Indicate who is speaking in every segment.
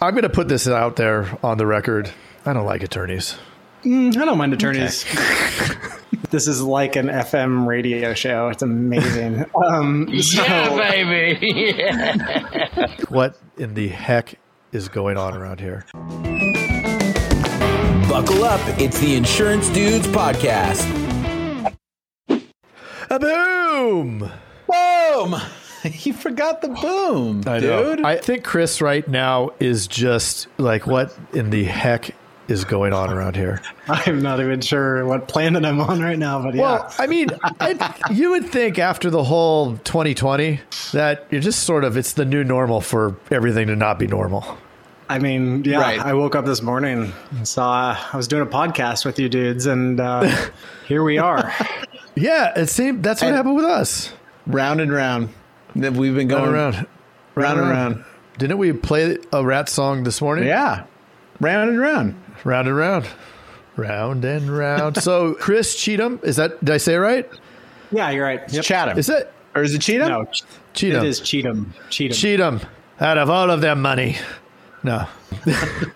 Speaker 1: I'm going to put this out there on the record. I don't like attorneys.
Speaker 2: I don't mind attorneys. this is like an FM radio show. It's amazing. Um, so,
Speaker 3: Yeah, baby. Yeah.
Speaker 1: What in the heck is going on around here?
Speaker 4: Buckle up. It's the Insurance Dudes Podcast.
Speaker 1: A boom!
Speaker 4: Boom! You forgot the boom,
Speaker 1: I know.
Speaker 4: dude.
Speaker 1: I think Chris right now is just like, what in the heck is going on around here?
Speaker 2: I'm not even sure what planet I'm on right now, but yeah.
Speaker 1: Well, I mean, I, you would think after the whole 2020 that you're just sort of, it's the new normal for everything to not be normal.
Speaker 2: I mean, yeah,
Speaker 4: Right.
Speaker 2: I woke up this morning and saw I was doing a podcast with you dudes, and uh, here we are.
Speaker 1: Yeah, it seemed that's what
Speaker 4: And-
Speaker 1: happened with us.
Speaker 4: round and round. We've been going
Speaker 1: Round around.
Speaker 4: round and
Speaker 1: around.
Speaker 4: round.
Speaker 1: Didn't we play a rat song this morning?
Speaker 4: Yeah. Round and round.
Speaker 1: Round and round. Round and round. so Chris Cheatham, is that did I say it right?
Speaker 2: Yeah, you're right. Yep.
Speaker 4: Chatham.
Speaker 1: Is that
Speaker 4: or is it Cheatham?
Speaker 2: No,
Speaker 1: Cheatham?
Speaker 2: it is Cheatham. Cheatham.
Speaker 1: Cheatham out of all of their money. No.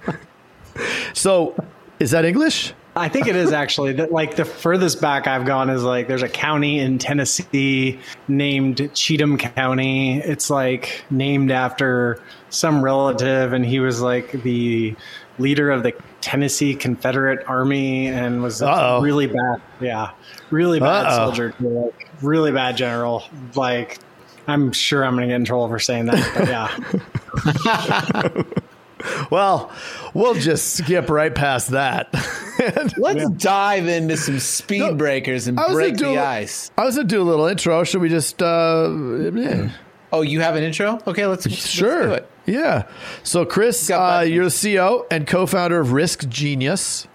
Speaker 1: so is that English?
Speaker 2: I think it is actually that. Like the furthest back I've gone is like there's a county in Tennessee named Cheatham County. It's like named after some relative, and he was like the leader of the Tennessee Confederate Army and was
Speaker 1: Uh-oh.
Speaker 2: a really bad. Yeah, really bad
Speaker 1: Uh-oh.
Speaker 2: soldier, like, really bad general. Like I'm sure I'm gonna get in trouble for saying that. But yeah,
Speaker 1: Well, we'll just skip right past that. And
Speaker 4: Let's dive into some speed breakers and
Speaker 1: I was
Speaker 4: break
Speaker 1: gonna do
Speaker 4: the
Speaker 1: a-
Speaker 4: ice.
Speaker 1: I was gonna do a little intro. Should we just uh yeah.
Speaker 4: Oh, you have an intro? Okay, let's let's
Speaker 1: Sure.
Speaker 4: do it.
Speaker 1: Yeah. So, Chris,
Speaker 4: Got
Speaker 1: uh,
Speaker 4: buttons.
Speaker 1: you're the CEO and co-founder of Risk Genius.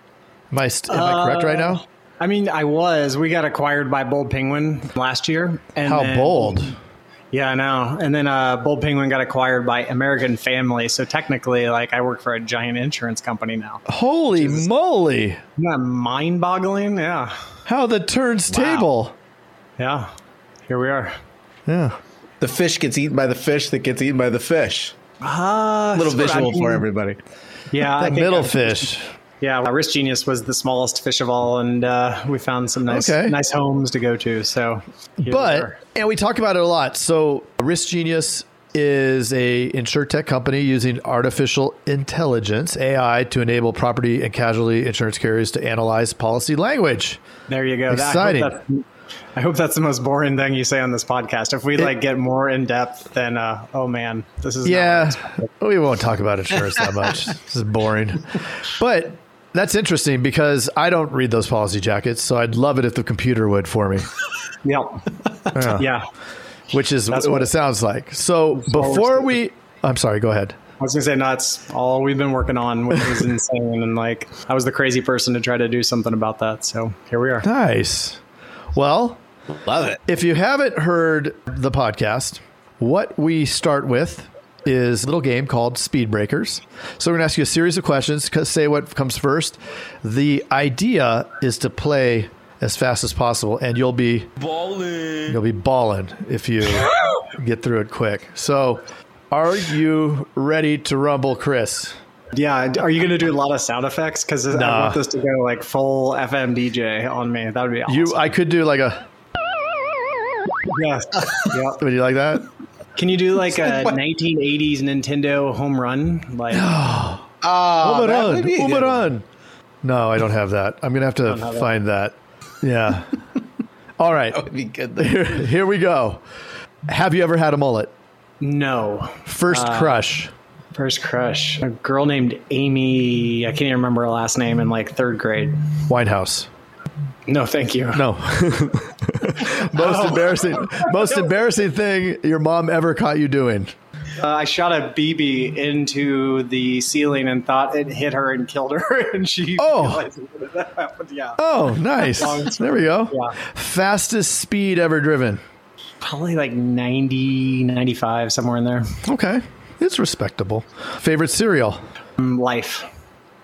Speaker 1: Am I, st- am I correct right now?
Speaker 2: I mean I was. We got acquired by Bold Penguin last year. And
Speaker 1: How
Speaker 2: then-
Speaker 1: bold!
Speaker 2: Yeah, I know. And then uh, Bold Penguin got acquired by American Family. So technically, like, I work for a giant insurance company now.
Speaker 1: Holy moly!
Speaker 2: Isn't that mind boggling? Yeah.
Speaker 1: How the turns table.
Speaker 2: Yeah. Here we are.
Speaker 1: Yeah.
Speaker 4: The fish gets eaten by the fish that gets eaten by the fish.
Speaker 1: Ah,
Speaker 2: Uh,
Speaker 4: Little
Speaker 2: that's what
Speaker 4: visual
Speaker 2: I mean.
Speaker 4: for everybody.
Speaker 2: Yeah. I
Speaker 1: That
Speaker 2: think
Speaker 1: middle
Speaker 2: that-
Speaker 1: fish.
Speaker 2: Yeah. well, Risk Genius was the smallest fish of all. And uh, we found some nice,
Speaker 1: Okay.
Speaker 2: nice homes to go to. So, here we
Speaker 1: but
Speaker 2: are.
Speaker 1: and we talk about it a lot. So Risk Genius is a insure tech company using artificial intelligence AI to enable property and casualty insurance carriers to analyze policy language.
Speaker 2: there you go. That-
Speaker 1: Exciting.
Speaker 2: I hope, that's, I hope that's the most boring thing you say on this podcast. If we like get more in depth, then uh, oh man, this is not what I
Speaker 1: Yeah,
Speaker 2: expected.
Speaker 1: we won't talk about insurance that much. this is boring. But that's interesting because I don't read those policy jackets, so I'd love it if the computer would for me,
Speaker 2: Yep.
Speaker 1: Yeah.
Speaker 2: Yeah.
Speaker 1: which is
Speaker 2: That's
Speaker 1: what,
Speaker 2: what-
Speaker 1: it sounds like. So
Speaker 2: all we're
Speaker 1: before
Speaker 2: saying.
Speaker 1: we, I'm sorry, go ahead.
Speaker 2: I was gonna say no, that's all we've been working on, which is insane. And like, I was the crazy person to try to do something about that. So here we are.
Speaker 1: Nice. Well,
Speaker 4: Love it.
Speaker 1: if you haven't heard the podcast, what we start with is a little game called Speed Breakers. So we're going to ask you a series of questions. c- Say what comes first. The idea is to play as fast as possible, and you'll be balling. You'll be balling if you get through it quick. So, are you ready to rumble, Chris?
Speaker 2: Yeah. Are you gonna do a lot of sound effects? Because I
Speaker 1: Nah.
Speaker 2: want this to go like full FM DJ on me. That would be awesome.
Speaker 1: You, I could do like a.
Speaker 2: yeah. yeah.
Speaker 1: Would you like that?
Speaker 2: Can you do like a 1980s Nintendo home run? Like,
Speaker 4: Oh,
Speaker 1: Home
Speaker 4: that
Speaker 1: run,
Speaker 4: would be a
Speaker 1: home
Speaker 4: good one.
Speaker 1: run. No, I don't have that. I'm gonna have to
Speaker 2: have
Speaker 1: find that. Yeah. All right.
Speaker 4: That would be good. though.
Speaker 1: Here, here we go. Have you ever had a mullet?
Speaker 2: no.
Speaker 1: First
Speaker 4: Uh.
Speaker 1: crush.
Speaker 2: First crush. A girl named Amy. I can't even remember her last name in like third grade.
Speaker 1: Winehouse.
Speaker 2: No, thank you.
Speaker 1: No. most
Speaker 4: Oh.
Speaker 1: embarrassing. Most embarrassing thing your mom ever caught you doing.
Speaker 2: Uh, I shot a BB into the ceiling and thought it hit her and killed her, and she.
Speaker 1: Oh.
Speaker 2: realized it. That happened, yeah.
Speaker 1: Oh, nice. There we go.
Speaker 2: Yeah.
Speaker 1: Fastest speed ever driven.
Speaker 2: Probably like 90, 95, somewhere in there.
Speaker 1: Okay, it's respectable. Favorite cereal.
Speaker 2: Um, Life.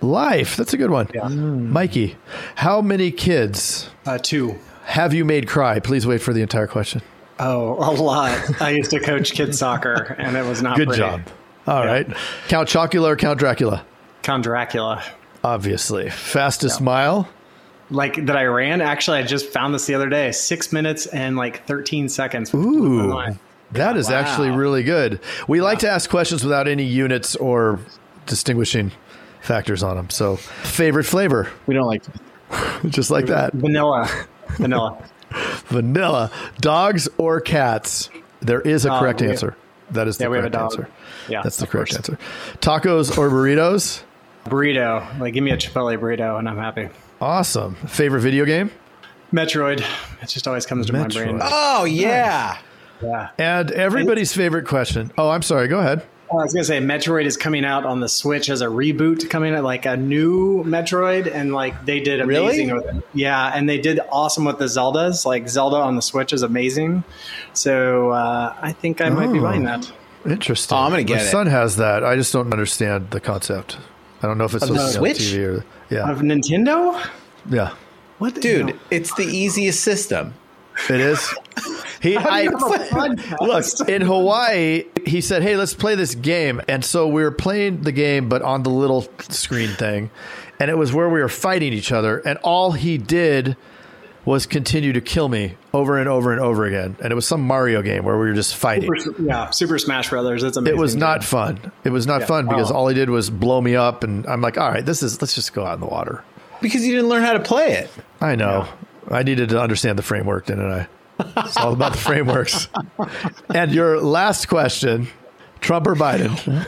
Speaker 1: Life. That's a good one. Mikey, how many kids
Speaker 2: Uh, two.
Speaker 1: Have you made cry? Please wait for the entire question.
Speaker 2: Oh, a lot. I used to coach kids soccer, and it was not
Speaker 1: Good
Speaker 2: pretty.
Speaker 1: job. All right, Count Chocula or Count Dracula?
Speaker 2: Count Dracula.
Speaker 1: Obviously, fastest mile.
Speaker 2: Like that I ran. Actually, I just found this the other day. Six minutes and like 13 seconds.
Speaker 1: Ooh, that is actually
Speaker 2: Wow.
Speaker 1: really good. We like to ask questions without any units or distinguishing factors on them. So, favorite flavor,
Speaker 4: We don't like.
Speaker 1: just like that.
Speaker 2: Vanilla. Vanilla.
Speaker 1: Vanilla. Dogs or cats? There is a
Speaker 2: Dog,
Speaker 1: correct
Speaker 2: Uh, we-
Speaker 1: answer. That is the
Speaker 2: Yeah, we have a
Speaker 1: correct
Speaker 2: dog.
Speaker 1: answer.
Speaker 2: Yeah,
Speaker 1: That's the
Speaker 2: of
Speaker 1: correct
Speaker 2: course.
Speaker 1: answer. Tacos or burritos?
Speaker 2: Burrito. Like, give me a Chipotle burrito and I'm happy.
Speaker 1: Awesome. Favorite video game?
Speaker 2: Metroid. It just always comes to my brain.
Speaker 1: Metroid.
Speaker 4: Oh yeah.
Speaker 2: Yeah.
Speaker 1: And everybody's favorite question. Oh, I'm sorry. Go ahead.
Speaker 2: Oh, I was gonna say Metroid is coming out on the Switch as a reboot, coming out like a new Metroid, and like they did amazing
Speaker 4: Really?
Speaker 2: with it. Yeah, and they did awesome with the Zeldas. Like Zelda on the Switch is amazing, so uh, I think I might be
Speaker 1: Oh.
Speaker 2: buying that.
Speaker 1: Interesting.
Speaker 4: Oh, I'm gonna get
Speaker 1: My
Speaker 4: it.
Speaker 1: son has that. I just don't understand the concept. I don't know if it's
Speaker 4: the
Speaker 1: supposed to be on
Speaker 4: Switch?
Speaker 1: TV or yeah,
Speaker 2: Of Nintendo,
Speaker 1: yeah.
Speaker 2: what
Speaker 4: Dude,
Speaker 2: no.
Speaker 4: it's the easiest system.
Speaker 1: It is. He, I, look in Hawaii. He said, "Hey, let's play this game." And so we were playing the game, but on the little screen thing, and it was where we were fighting each other. And all he did was continue to kill me over and over and over again. And it was some Mario game where we were just fighting.
Speaker 2: Super- yeah, Super Smash Brothers. It's amazing.
Speaker 1: It was not fun. It was not fun because
Speaker 2: Oh.
Speaker 1: all he did was blow me up, and I'm like, "All right, this is. Let's just go out in the water."
Speaker 4: Because you didn't learn how to play it.
Speaker 1: I know. I needed to understand the framework, didn't I? It's all about the frameworks. And your last question Trump or Biden?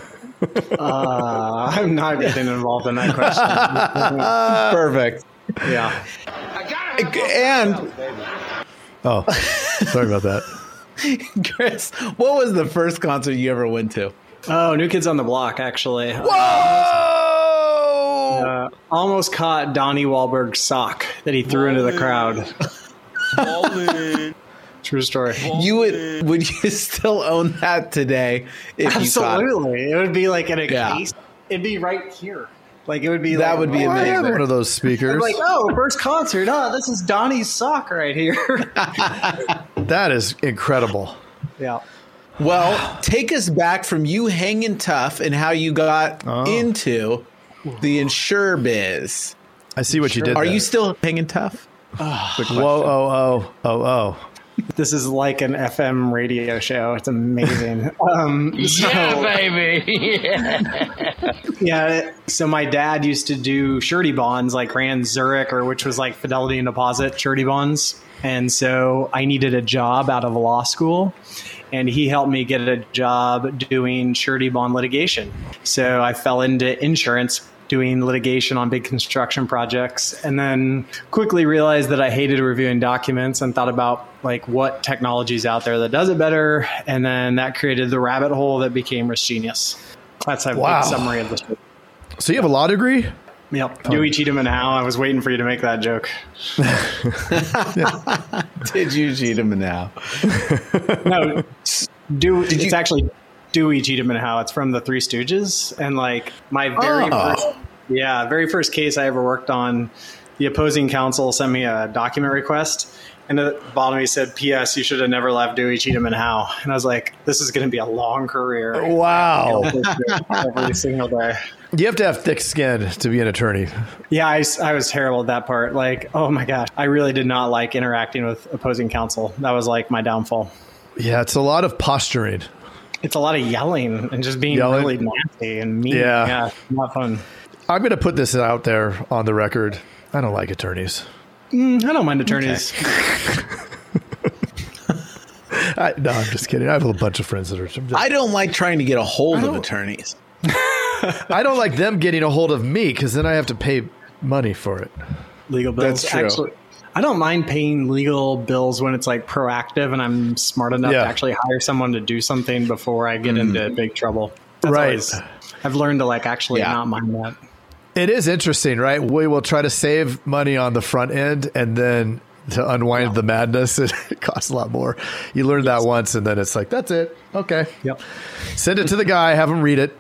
Speaker 2: Uh, I'm not getting involved in that question.
Speaker 4: Perfect.
Speaker 2: yeah,
Speaker 4: And
Speaker 1: Oh, sorry about that.
Speaker 4: Chris, what was the first concert you ever went to?
Speaker 2: Oh, New Kids on the Block, actually.
Speaker 4: Whoa!
Speaker 2: Uh, almost caught Donnie Wahlberg's sock that he threw into the crowd. True story.
Speaker 4: You would would you still own that today if you got it?
Speaker 2: Absolutely. It would be like in a
Speaker 4: Yeah.
Speaker 2: case. It'd be right here. Like it would be
Speaker 4: That
Speaker 2: like,
Speaker 4: would be
Speaker 2: oh,
Speaker 1: I
Speaker 4: amazing.
Speaker 1: have one of those
Speaker 2: I'm
Speaker 1: speakers.
Speaker 2: Like, oh, first concert. Oh, this is Donnie's sock right here.
Speaker 1: That is incredible.
Speaker 2: yeah.
Speaker 4: Well, take us back from you hanging tough and how you got into the insure biz.
Speaker 1: I see what you did.
Speaker 4: Are
Speaker 1: there.
Speaker 4: you still hanging tough?
Speaker 1: Whoa, oh, oh, oh, oh.
Speaker 2: This is like an FM radio show. It's amazing. um, so,
Speaker 3: Yeah, baby.
Speaker 2: Yeah. So my dad used to do surety bonds, like ran Zurich or which was like Fidelity and Deposit surety bonds. And so I needed a job out of law school, and he helped me get a job doing surety bond litigation. So I fell into insurance doing litigation on big construction projects and then quickly realized that I hated reviewing documents and thought about like what technology's out there that does it better and then that created the rabbit hole that became risk genius that's a
Speaker 1: Wow.
Speaker 2: big summary of the story.
Speaker 1: So you have a law degree?
Speaker 2: Yep. Dewey Cheatham and Howe. I was waiting for you to make that joke.
Speaker 4: Did you cheat him now?
Speaker 2: No, Dewey.
Speaker 4: you-
Speaker 2: It's actually Dewey Cheatham and Howe. It's from the Three Stooges, and like my very
Speaker 4: Oh.
Speaker 2: first, yeah, very first case I ever worked on. The opposing counsel sent me a document request, and at the bottom he said, "P.S. You should have never left Dewey Cheatham and Howe." And I was like, "This is going to be a long career."
Speaker 1: Wow.
Speaker 2: Every single day.
Speaker 1: You have to have thick skin to be an attorney.
Speaker 2: Yeah, I, s- I was terrible at that part. Like, oh my gosh, I really did not like interacting with opposing counsel. That was like my downfall.
Speaker 1: Yeah, it's a lot of posturing.
Speaker 2: It's a lot of yelling and just being
Speaker 1: Yelling.
Speaker 2: really nasty and mean.
Speaker 1: Yeah.
Speaker 2: Yeah. not fun.
Speaker 1: I'm going to put this out there on the record. I don't like attorneys.
Speaker 2: Mm, I don't mind attorneys.
Speaker 1: I, no, I'm just kidding. I have a bunch of friends that are. I'm just-
Speaker 4: I don't like trying to get a hold of
Speaker 1: don't-
Speaker 4: attorneys.
Speaker 1: I don't like them getting a hold of me because then I have to pay money for it.
Speaker 2: Legal bills.
Speaker 4: That's true.
Speaker 2: I don't mind paying legal bills when it's like proactive and I'm smart enough
Speaker 1: Yeah.
Speaker 2: to actually hire someone to do something before I get into big trouble. That's
Speaker 1: Right.
Speaker 2: always- I've learned to like actually
Speaker 4: Yeah.
Speaker 2: not mind that.
Speaker 1: It is interesting, right? We will try to save money on the front end and then to unwind the madness, it costs a lot more. You learn that once and then it's like, that's it. Okay.
Speaker 2: Yep.
Speaker 1: Send it to the guy, have him read it.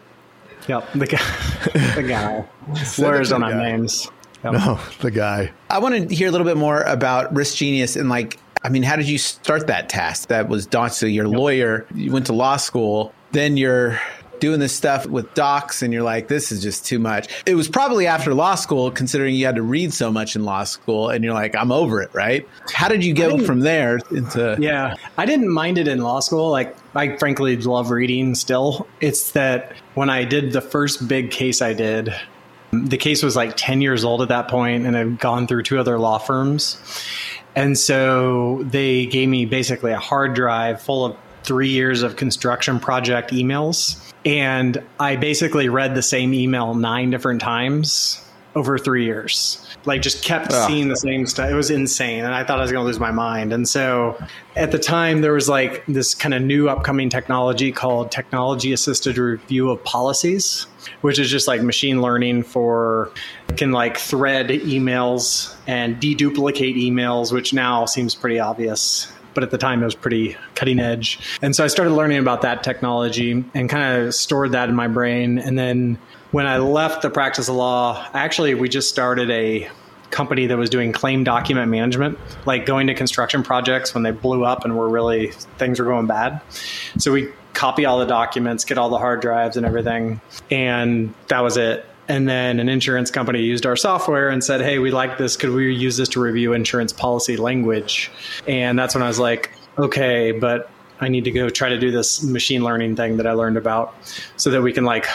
Speaker 2: Yep. The guy. the guy. Lawyers
Speaker 1: to
Speaker 2: don't
Speaker 1: the
Speaker 2: have
Speaker 1: guy.
Speaker 2: names. Yep.
Speaker 1: Oh, the guy.
Speaker 4: I want to hear a little bit more about Risk Genius and like, I mean, how did you start that task? That was daunting. So your lawyer, you went to law school, then you're doing this stuff with docs and you're like, this is just too much. It was probably after law school, considering you had to read so much in law school, and you're like, I'm over it, right? How did you go from there into.
Speaker 2: Yeah, I didn't mind it in law school. Like, I frankly love reading still. It's that when I did the first big case I did, the case was like 10 years old at that point, and I'd gone through two other law firms. And so they gave me basically a hard drive full of three years of construction project emails. And I basically read the same email nine different times over three years. Like, just kept
Speaker 4: Ugh.
Speaker 2: seeing the same stuff. It was insane. And I thought I was going to lose my mind. And so at the time, there was like this kind of new upcoming technology called technology assisted review of policies, which is just like machine learning for can like thread emails and deduplicate emails, which now seems pretty obvious but at the time it was pretty cutting edge. And so I started learning about that technology and kind of stored that in my brain. And then when I left the practice of law, actually, we just started a company that was doing claim document management, like going to construction projects when they blew up and were really things were going bad. So we copy all the documents, get all the hard drives and everything. And that was it. And then an insurance company used our software and said, Hey, we like this. Could we use this to review insurance policy language? And that's when I was like, Okay, but I need to go try to do this machine learning thing that I learned about so that we can like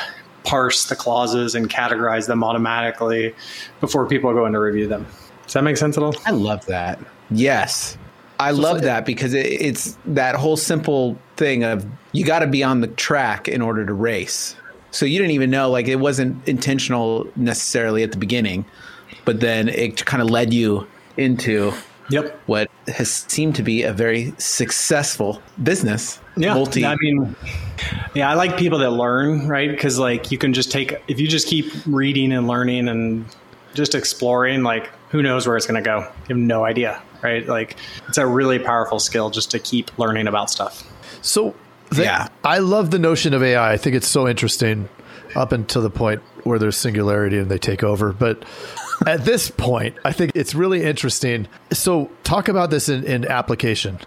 Speaker 2: parse the clauses and categorize them automatically before people go in to review them. Does that make sense at all?
Speaker 4: I love that. Yes. I love that because it, it's that whole simple thing of you got to be on the track in order to race. So you didn't even know, like, it wasn't intentional necessarily at the beginning, but then it kind of led you into
Speaker 2: Yep.
Speaker 4: what has seemed to be a very successful business.
Speaker 2: Yeah,
Speaker 4: Multi.
Speaker 2: I mean, yeah, I like people that learn, right? Because like you can just take if you just keep reading and learning and just exploring, like who knows where it's going to go? You have no idea, right? Like it's a really powerful skill just to keep learning about stuff.
Speaker 1: So, the,
Speaker 4: Yeah.
Speaker 1: I love the notion of AI. I think it's so interesting up until the point where there's singularity and they take over. But at this point, I think it's really interesting. So, talk about this in, in application.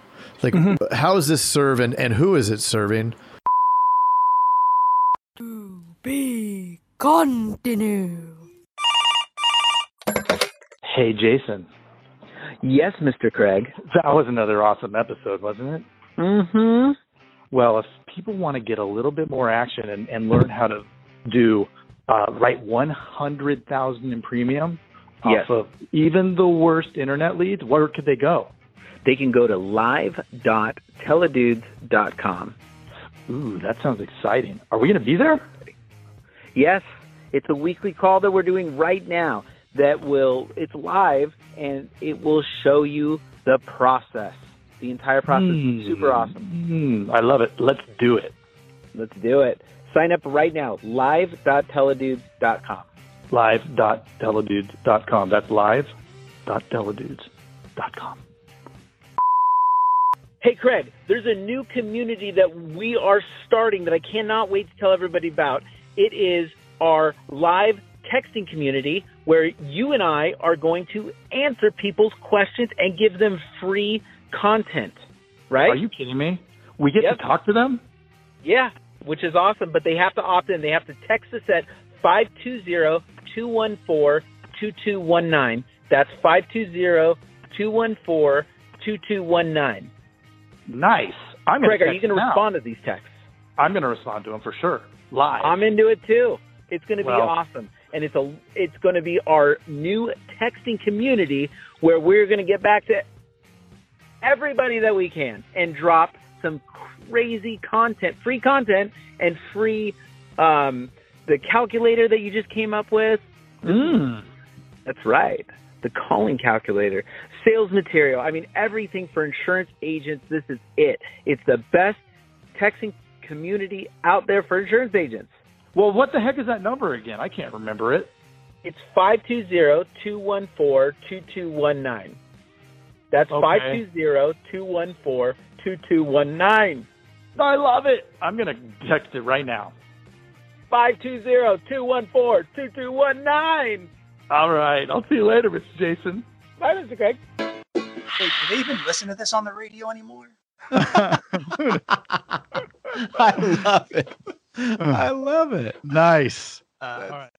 Speaker 1: Like, how does this serve and, and who is it serving?
Speaker 5: be continue.
Speaker 6: Hey, Jason.
Speaker 7: Yes, Mr. Craig.
Speaker 6: That was another awesome episode, wasn't it?
Speaker 7: Mm-hmm.
Speaker 6: Well, if people want to get a little bit more action and, and learn how to do uh, write 100,000 in premium
Speaker 7: Yes.
Speaker 6: off of even the worst internet leads, where could they go?
Speaker 7: They can go to live.teledudes.com.
Speaker 6: Ooh, that sounds exciting. Are we going to be there?
Speaker 7: Yes, it's a weekly call that we're doing right now that will, it's live and it will show you the process. The entire process. Super awesome.
Speaker 6: Mm, I love it. Let's do it.
Speaker 7: Let's do it. Sign up right now. Live.teledudes.com.
Speaker 6: Live.teledudes.com. That's live.teledudes.com.
Speaker 7: Hey, Craig, there's a new community that we are starting that I cannot wait to tell everybody about. It is our live texting community where you and I are going to answer people's questions and give them free content, right?
Speaker 6: Are you kidding me? We get
Speaker 7: Yep.
Speaker 6: to talk to them?
Speaker 7: Yeah, which is awesome, but they have to opt in. They have to text us at 520-214-2219. That's 520-214-2219.
Speaker 6: Nice. I'm gonna
Speaker 7: Craig, are you
Speaker 6: text
Speaker 7: going to
Speaker 6: them now.
Speaker 7: respond to these texts?
Speaker 6: I'm going to respond to them for sure. Live.
Speaker 7: I'm into it too. It's going to be
Speaker 6: Well-
Speaker 7: awesome, and it's a it's going to be our new texting community where we're going to get back to everybody that we can and drop some crazy content, free content, and free um, the calculator that you just came up with.
Speaker 6: Mm.
Speaker 7: That's right. The calling calculator, sales material. I mean, everything for insurance agents. This is it. It's the best texting community out there for insurance agents.
Speaker 6: Well, what the heck is that number again? I can't remember it.
Speaker 7: It's 520-214-2219. That's
Speaker 6: Okay.
Speaker 7: five two zero two one four two two one nine.
Speaker 6: I love it. I'm going to text it right now.
Speaker 7: Five two zero two one four two two one nine.
Speaker 6: All right. I'll see you later, Mr. Jason.
Speaker 7: Bye, Mr. Craig.
Speaker 8: Wait, do they even listen to this on the radio anymore?
Speaker 4: I love it.
Speaker 1: I love it.
Speaker 9: Nice.
Speaker 1: Uh, all right.